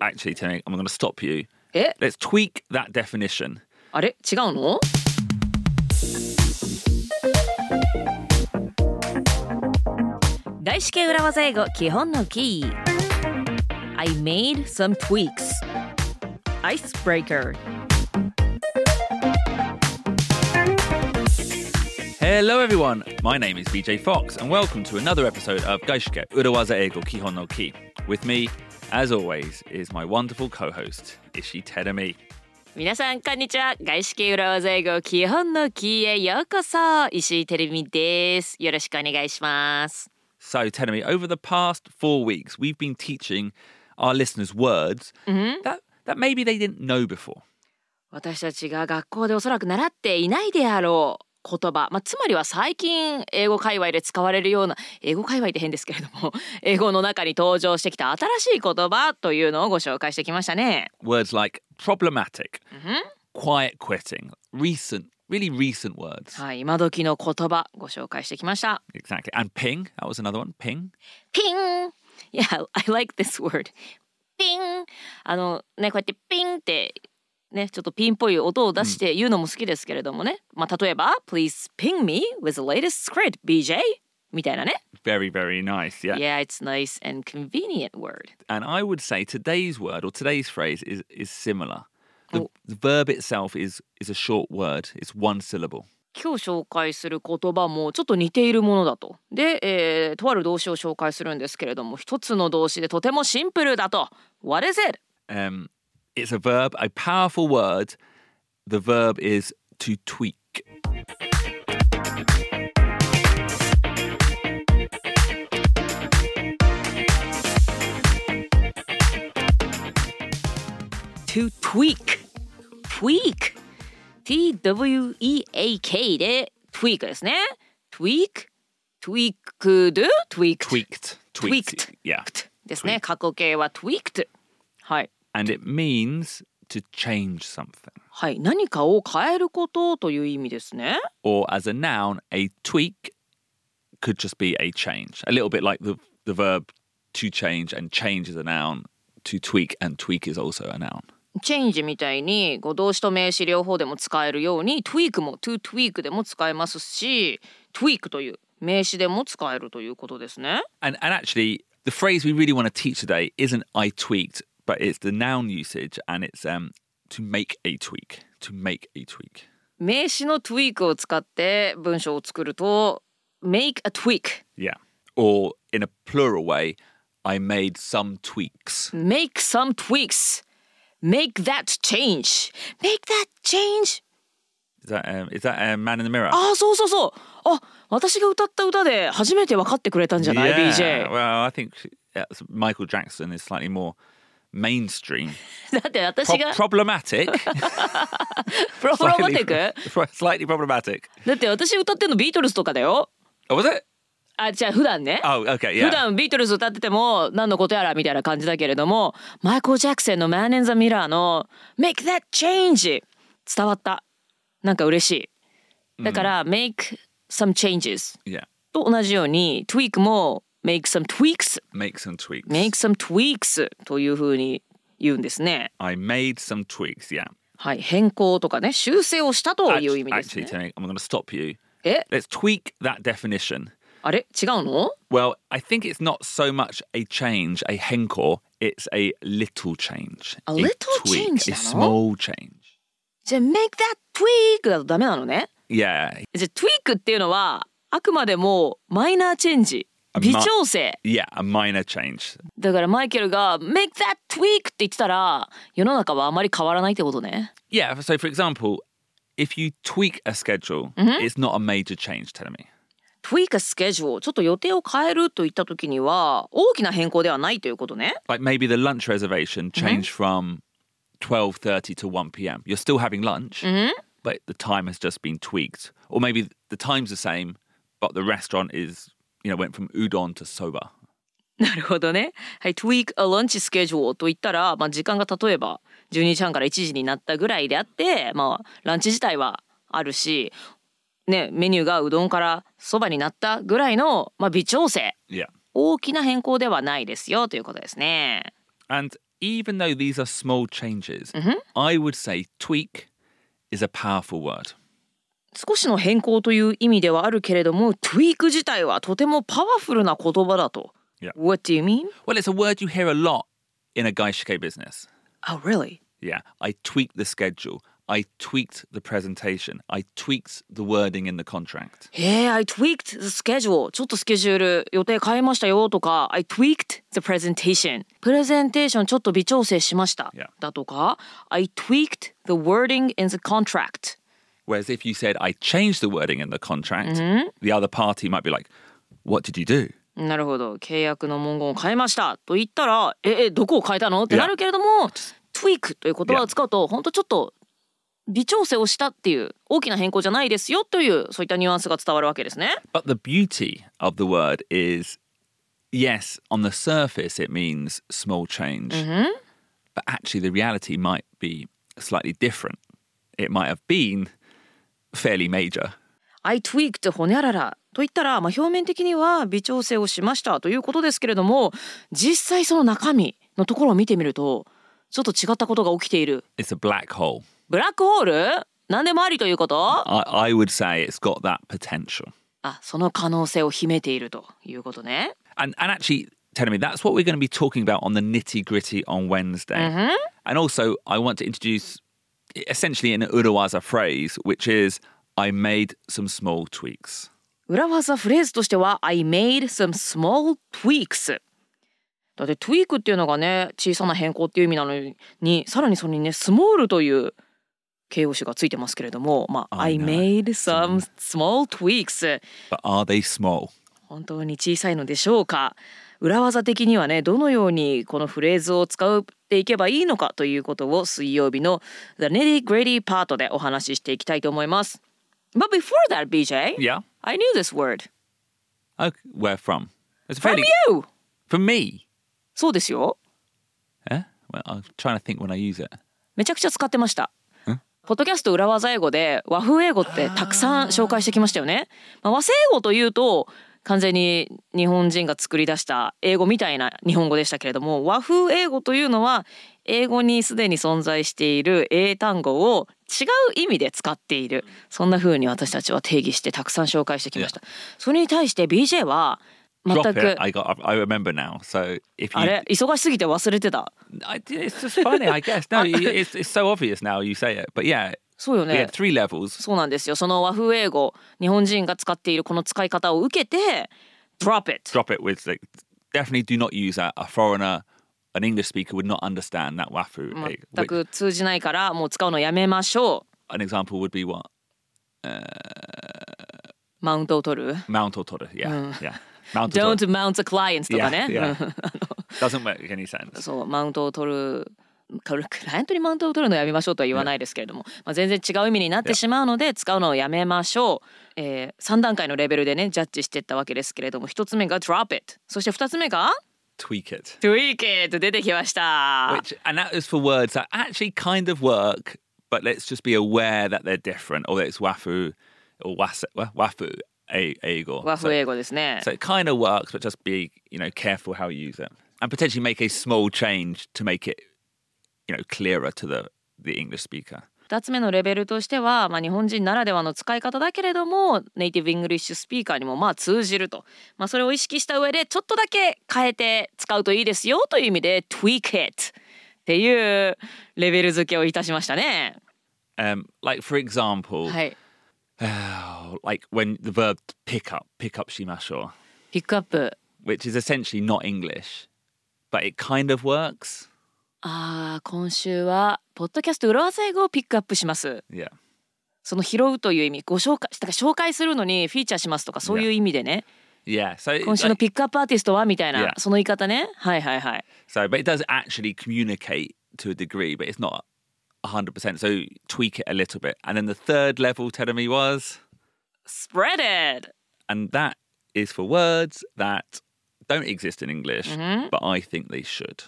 Actually, Tony, I'm going to stop you. え Let's tweak that definition. あれ違うの外資系裏技英語基本のキー I made some tweaks Icebreaker Hello, everyone. My name is BJ Fox, and welcome to another episode of Gaishike Urawaza Ego Kihon no Ki. With me, as always, is my wonderful co-host Ishi Teremi. 皆さんこんにちは外資系裏技英語基本のキーへようこそ石井てるみですよろしくお願いします So, Teremi, over the past four weeks, we've been teaching our listeners words that that maybe they didn't know before. 私たちが学校でおそらく習っていないであろう言葉、まあ、つまりは最近英語界隈で使われるような英語界隈って変ですけれども 英語の中に登場してきた新しい言葉というのをご紹介してきましたね。 Words like problematic, quiet quitting, recent, really recent words. はい、今時の言葉ご紹介してきました。 Exactly. And ping, that was another one. Ping. ピン Yeah, I like this word. ピンあのね、こうやってピンってね、ちょっとピンっぽい音を出して言うのも好きですけれどもね。まあ例えば、Please ping me with the latest script, BJ! みたいなね。 Very, very nice. Yeah. Yeah, it's nice and convenient word. And I would say today's word or today's phrase is is similar. The, the verb itself is is a short word. It's one syllable. 今日紹介する言葉もちょっと似ているものだと。で、えーとある動詞を紹介するんですけれども、一つの動詞でとてもシンプルだと。What is it? Um, it's a verb, a powerful word. The verb is to tweak. と tweak tweak t-w-e-a-k で tweak ですね tweak tweaked tweaked Tweaked. tweaked Yeah. ですね過去形は tweaked はい And it means to change something. はい何かを変えることという意味ですね Or as a noun, a tweak could just be a change. A little bit like the, the verb to change and change is a noun. To tweak and tweak is also a noun. change みたいにこう動詞と名詞両方でも使えるように tweak も to tweak でも使えますし tweak という名詞でも使えるということですね And and actually, the phrase we really want to teach today isn't "I tweaked," but it's the noun usage, and it's um to make a tweak, to make a tweak. 名詞の tweak を使って文章を作ると make a tweak Yeah. Or in a plural way, I made some tweaks. make some tweaks make that change make that change Is that um, is that um, Man in the Mirror? ああそうそうそうあ私が歌った歌で初めて分かってくれたんじゃない yeah. BJ Well, I think that's- Michael Jackson is slightly more mainstream. だって私 Pro- が problematic. プロプロマティック Slightly- Slightly problematic. だって私歌ってんのビートルズとかだよ Oh, was it? あじゃあ普段ね Oh, okay. 普 Yeah. 段ビートルズ歌ってても何のことやらみたいな感じだけれどもマイコー・ジャクセンの「Man in the Mirror」の「Make that change」伝わったなんか嬉しいだから「Make some changes Yeah.」と同じように「Tweak」も「Make some tweaks」 Make some tweaks. 「Make some tweaks」というふうに言うんですね I made some tweaks. Yeah. はい変更とかね修正をしたという意味です Actually, ね Tony, I'm going to stop you. え Let's tweak that definition. あれ違うの Well, I think it's not so much a change, a henkor, it's a little change. A little tweak, change A なの？ small change. じゃあ「Make that tweak」だとダメなのね Yeah. じゃあ tweak っていうのはあくまでもマイナーチェンジあ微調整 Yeah, a minor change. だからマイケルが「make that tweak」って言ってたら世の中はあまり変わらないってことね Yeah. So, for example, if you tweak a schedule, Mm-hmm. it's not a major change, tell me. tweak a schedule ちょっと予定を変えるといった時には大きな変更ではないということね Like maybe the lunch reservation changed from 12.30 to 1 p.m. You're still having lunch, but the time has just been tweaked. Or maybe the time's the same, but the restaurant is, you know, went from udon to soba. なるほどねはい「tweak a lunch schedule」と言ったら、まあ、時間が例えば12時半から1時になったぐらいであってまあランチ自体はあるしねメニューがうどんからそばになったぐらいの、まあ、微調整 Yeah. 大きな変更ではないですよということですね。 And even though these are small changes, I would say tweak is a powerful word. 少しの変更という意味ではあるけれども tweak 自体はとてもパワフルな言葉だと。 Yeah. What do you mean? Well, it's a word you hear a lot in a gaishike business. Oh, really? Yeah, I tweaked the schedule. I tweaked the presentation. I tweaked the wording in the contract. えー、I tweaked the schedule. ちょっとスケジュール予定変えましたよとか、I tweaked the presentation. プレゼンテーションちょっと微調整しました。 Yeah. だとか、I tweaked the wording in the contract. Whereas if you said, I changed the wording in the contract, the other party might be like, What did you do? なるほど。契約の文言を変えましたと言ったら、え、えどこを変えたのってなるけれども、tweak という言葉を使うと、ほんとちょっと微調整をしたっていう大きな変更じゃないですよというそういったニュアンスが伝わるわけですね。 But the beauty of the word is yes, on the surface, it means small change. But actually, the reality might be slightly different. It might have been fairly major. I tweaked ほにゃららと言ったら、まあ、表面的には微調整をしましたということですけれども実際その中身のところを見てみるとちょっと違ったことが起きている It's a black hole. ブラックホール何でもありということ I, I would say it's got that potential. あその可能性を秘めているということね And, and actually, telling me that's what we're going to be talking about on the nitty gritty on Wednesday. And also, I want to introduce essentially an Urawaza phrase, which is I made some small tweaks. 裏技フレーズとしては I made some small tweaks だって tweak っていうのがね小さな変更っていう意味なのにさらにそれにね small という形容詞がついてますけれどもまあ I I know. made some small tweaks But are they small? 本当に小さいのでしょうか裏技的にはねどのようにこのフレーズを使っていけばいいのかということを水曜日の The Nitty Gritty パートでお話ししていきたいと思います But before that BJ Yeah. I knew this word Okay, where from? It's from fairly you from me. そうですよ Eh? Well, I'm trying to think when I use it. めちゃくちゃ使ってましたポッドキャスト裏技英語で和風英語ってたくさん紹介してきましたよね、まあ、和製英語というと完全に日本人が作り出した英語みたいな日本語でしたけれども和風英語というのは英語にすでに存在している英単語を違う意味で使っているそんな風に私たちは定義してたくさん紹介してきましたそれに対して BJ は全 Drop く it. I got. I remember now. So if you, あれ忙しすぎて忘れてた I, it's just funny, I guess. No, it's, it's so obvious now you say it. But yeah, そうよ we ね had three levels. そうなんですよ。その和風英語、日本人が使っているこの使い方を受けて、drop it。 Drop it with like definitely do not use that. A foreigner, an English speaker would not understand Mm, that wafu. egg, 全 which- く通じないからもう使うのやめましょ an example would be what う。マウントを取る。 mount or totter. Yeah, yeah. Mount or Uh. Don't mount the clients とか Yeah, ね。 yeah. doesn't make any sense. そう、マウントを取る。クライアントにマウントを取るのやめましょうとは言わないですけれども、まあ、全然違う意味になってしまうので使うのをやめましょう、え3段階のレベルでねジャッジしていったわけですけれども1つ目が drop it そして2つ目が Tweak it. tweak it 出てきました。 Which and that is for words that actually kind of work, but let's just be aware that they're different, or that it's wafu or wase, wa- wafu a eigo. 和 So, 風英語ですね。 so it kind of works, but just be you know careful how you use it, and potentially make a small change to make it you know clearer to the the English speaker. 2つ目のレベルとしては、まあ、日本人ならではの使い方だけれどもネイティブ・イングリッシュスピーカーにもまあ通じると、まあ、それを意識した上でちょっとだけ変えて使うといいですよという意味で tweak it っていうレベル付けをいたしましたね。 Um, like for example, はい、 like when the verb pick up, pick up shimasho, ピックアップ which is essentially not English, but it kind of works. あー今週はポッドキャスト裏技英語をピックアップします Yeah. その拾うという意味ご紹介だから紹介するのにフィーチャーしますとかそういう意味でね Yeah. So it's 今週の like- ピックアップアーティストはみたいな Yeah. その言い方ねはいはいはい so but it does actually communicate to a degree, but it's not 100%. So tweak it a little bit. And then the third level Terumi was, spread it and that is for words that don't exist in English, but I think they should.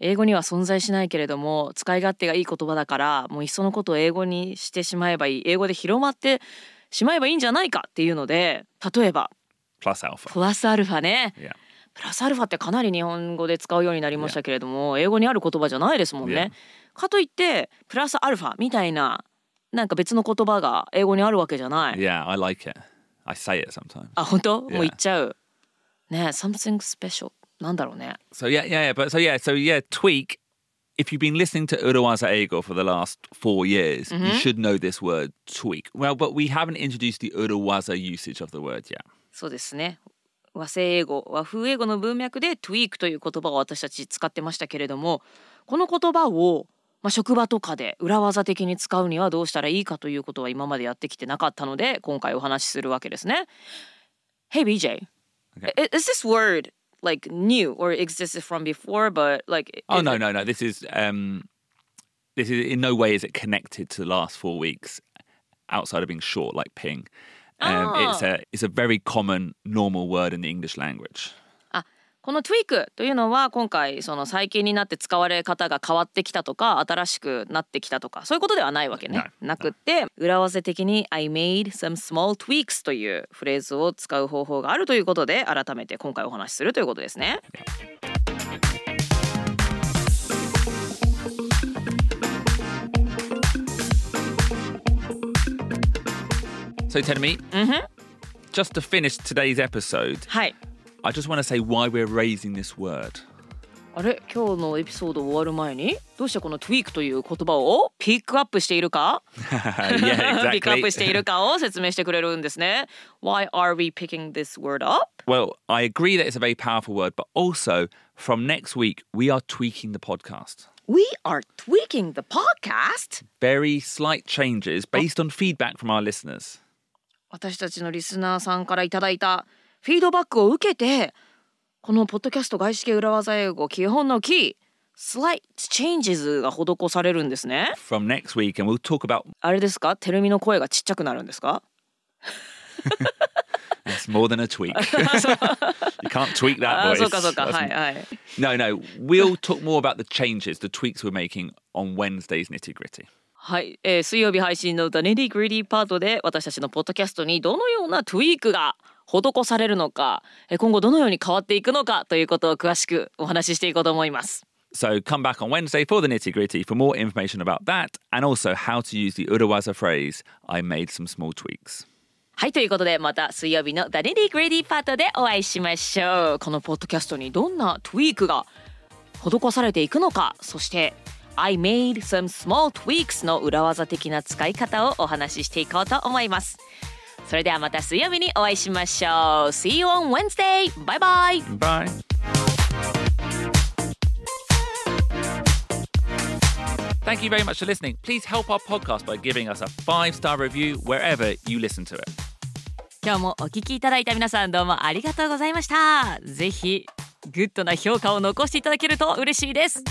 英語には存在しないけれども使い勝手がいい言葉だからもういっそのことを英語にしてしまえばいい英語で広まってしまえばいいんじゃないかっていうので例えば Plus alpha. プラスアルファね Yeah. プラスアルファってかなり日本語で使うようになりましたけれども、英語にある言葉じゃないですもんね。かといってプラスアルファみたいななんか別の言葉が英語にあるわけじゃない。 Yeah, I like it. I say it sometimes. あ本当？もう Yeah. 言っちゃう。ねえ something special なんだろうね。 So yeah, yeah, yeah. But so yeah, so yeah, tweak. If you've been listening to Uruwaza Ego for the last four years, you should know this word tweak. Well, but we haven't introduced the Uruwaza usage of the word yet. そうですね。和製英語和風英語の文脈で tweak という言葉を私たち使ってましたけれどもこの言葉を、まあ、職場とかで裏技的に使うにはどうしたらいいかということは今までやってきてなかったので今回お話しするわけですね。Hey BJ,、i- is this word like new or existed from before but like Oh no, no, no. This is um, this is in no way is it connected to the last four weeks, outside of being short like ping. Um, It's a it's a very common normal word in the English language. あこの tweak というのは今回その最近になって使われ方が変わってきたとか新しくなってきたとかそういうことではないわけね。なくって裏合わせ的に I made some small tweaks というフレーズを使う方法があるということで改めて今回お話しするということですね。 So tell me, just to finish today's episode, はい。 I just want to say why we're raising this word. あれ今日のエピソード終わる前にどうしてこの tweak という言葉をピックアップしているか Uh, yeah, ピックア ップしてい exactly. るかを説明してくれるんですね。Why are we picking this word up? well, I agree that it's a very powerful word, but also from next week we are tweaking the podcast. We are tweaking the podcast? Very slight changes based on feedback from our listeners. 私たちのリスナーさんからいただいたフィードバックを受けてこのポッドキャスト外資系裏技英語基本のキースライ t changes が施されるんですね From next week, and we'll talk about あれですかテルミの声がちっちゃくなるんですか That's more than a tweak. you can't tweak that voice. ああそうかそうか That's- はいはい No, no. We'll talk more about the changes, the tweaks we're making on Wednesday's nitty gritty. はい、えー水曜日配信の「The Nitty Gritty」パートで私たちのポッドキャストにどのようなトゥイークが施されるのかえー今後どのように変わっていくのかということを詳しくお話ししていこうと思います So come back on Wednesday for the nitty gritty for more information about that and also how to use the Urawaza phrase, I made some small tweaks. はいということでまた水曜日の「ダニディ・グレディ」パートでお会いしましょうこのポッドキャストにどんなトゥイークが施されていくのかそして「I made some small tweaks」の裏技的な使い方をお話ししていこうと思いますそれではまた水曜日にお会いしましょう See you on Wednesday! バイバイ Bye. Thank you very much for listening. Please help our podcast by giving us a five star review wherever you listen to it. 今日もお聞きいただいた皆さんどうもありがとうございましたぜひグッドな評価を残していただけると嬉しいです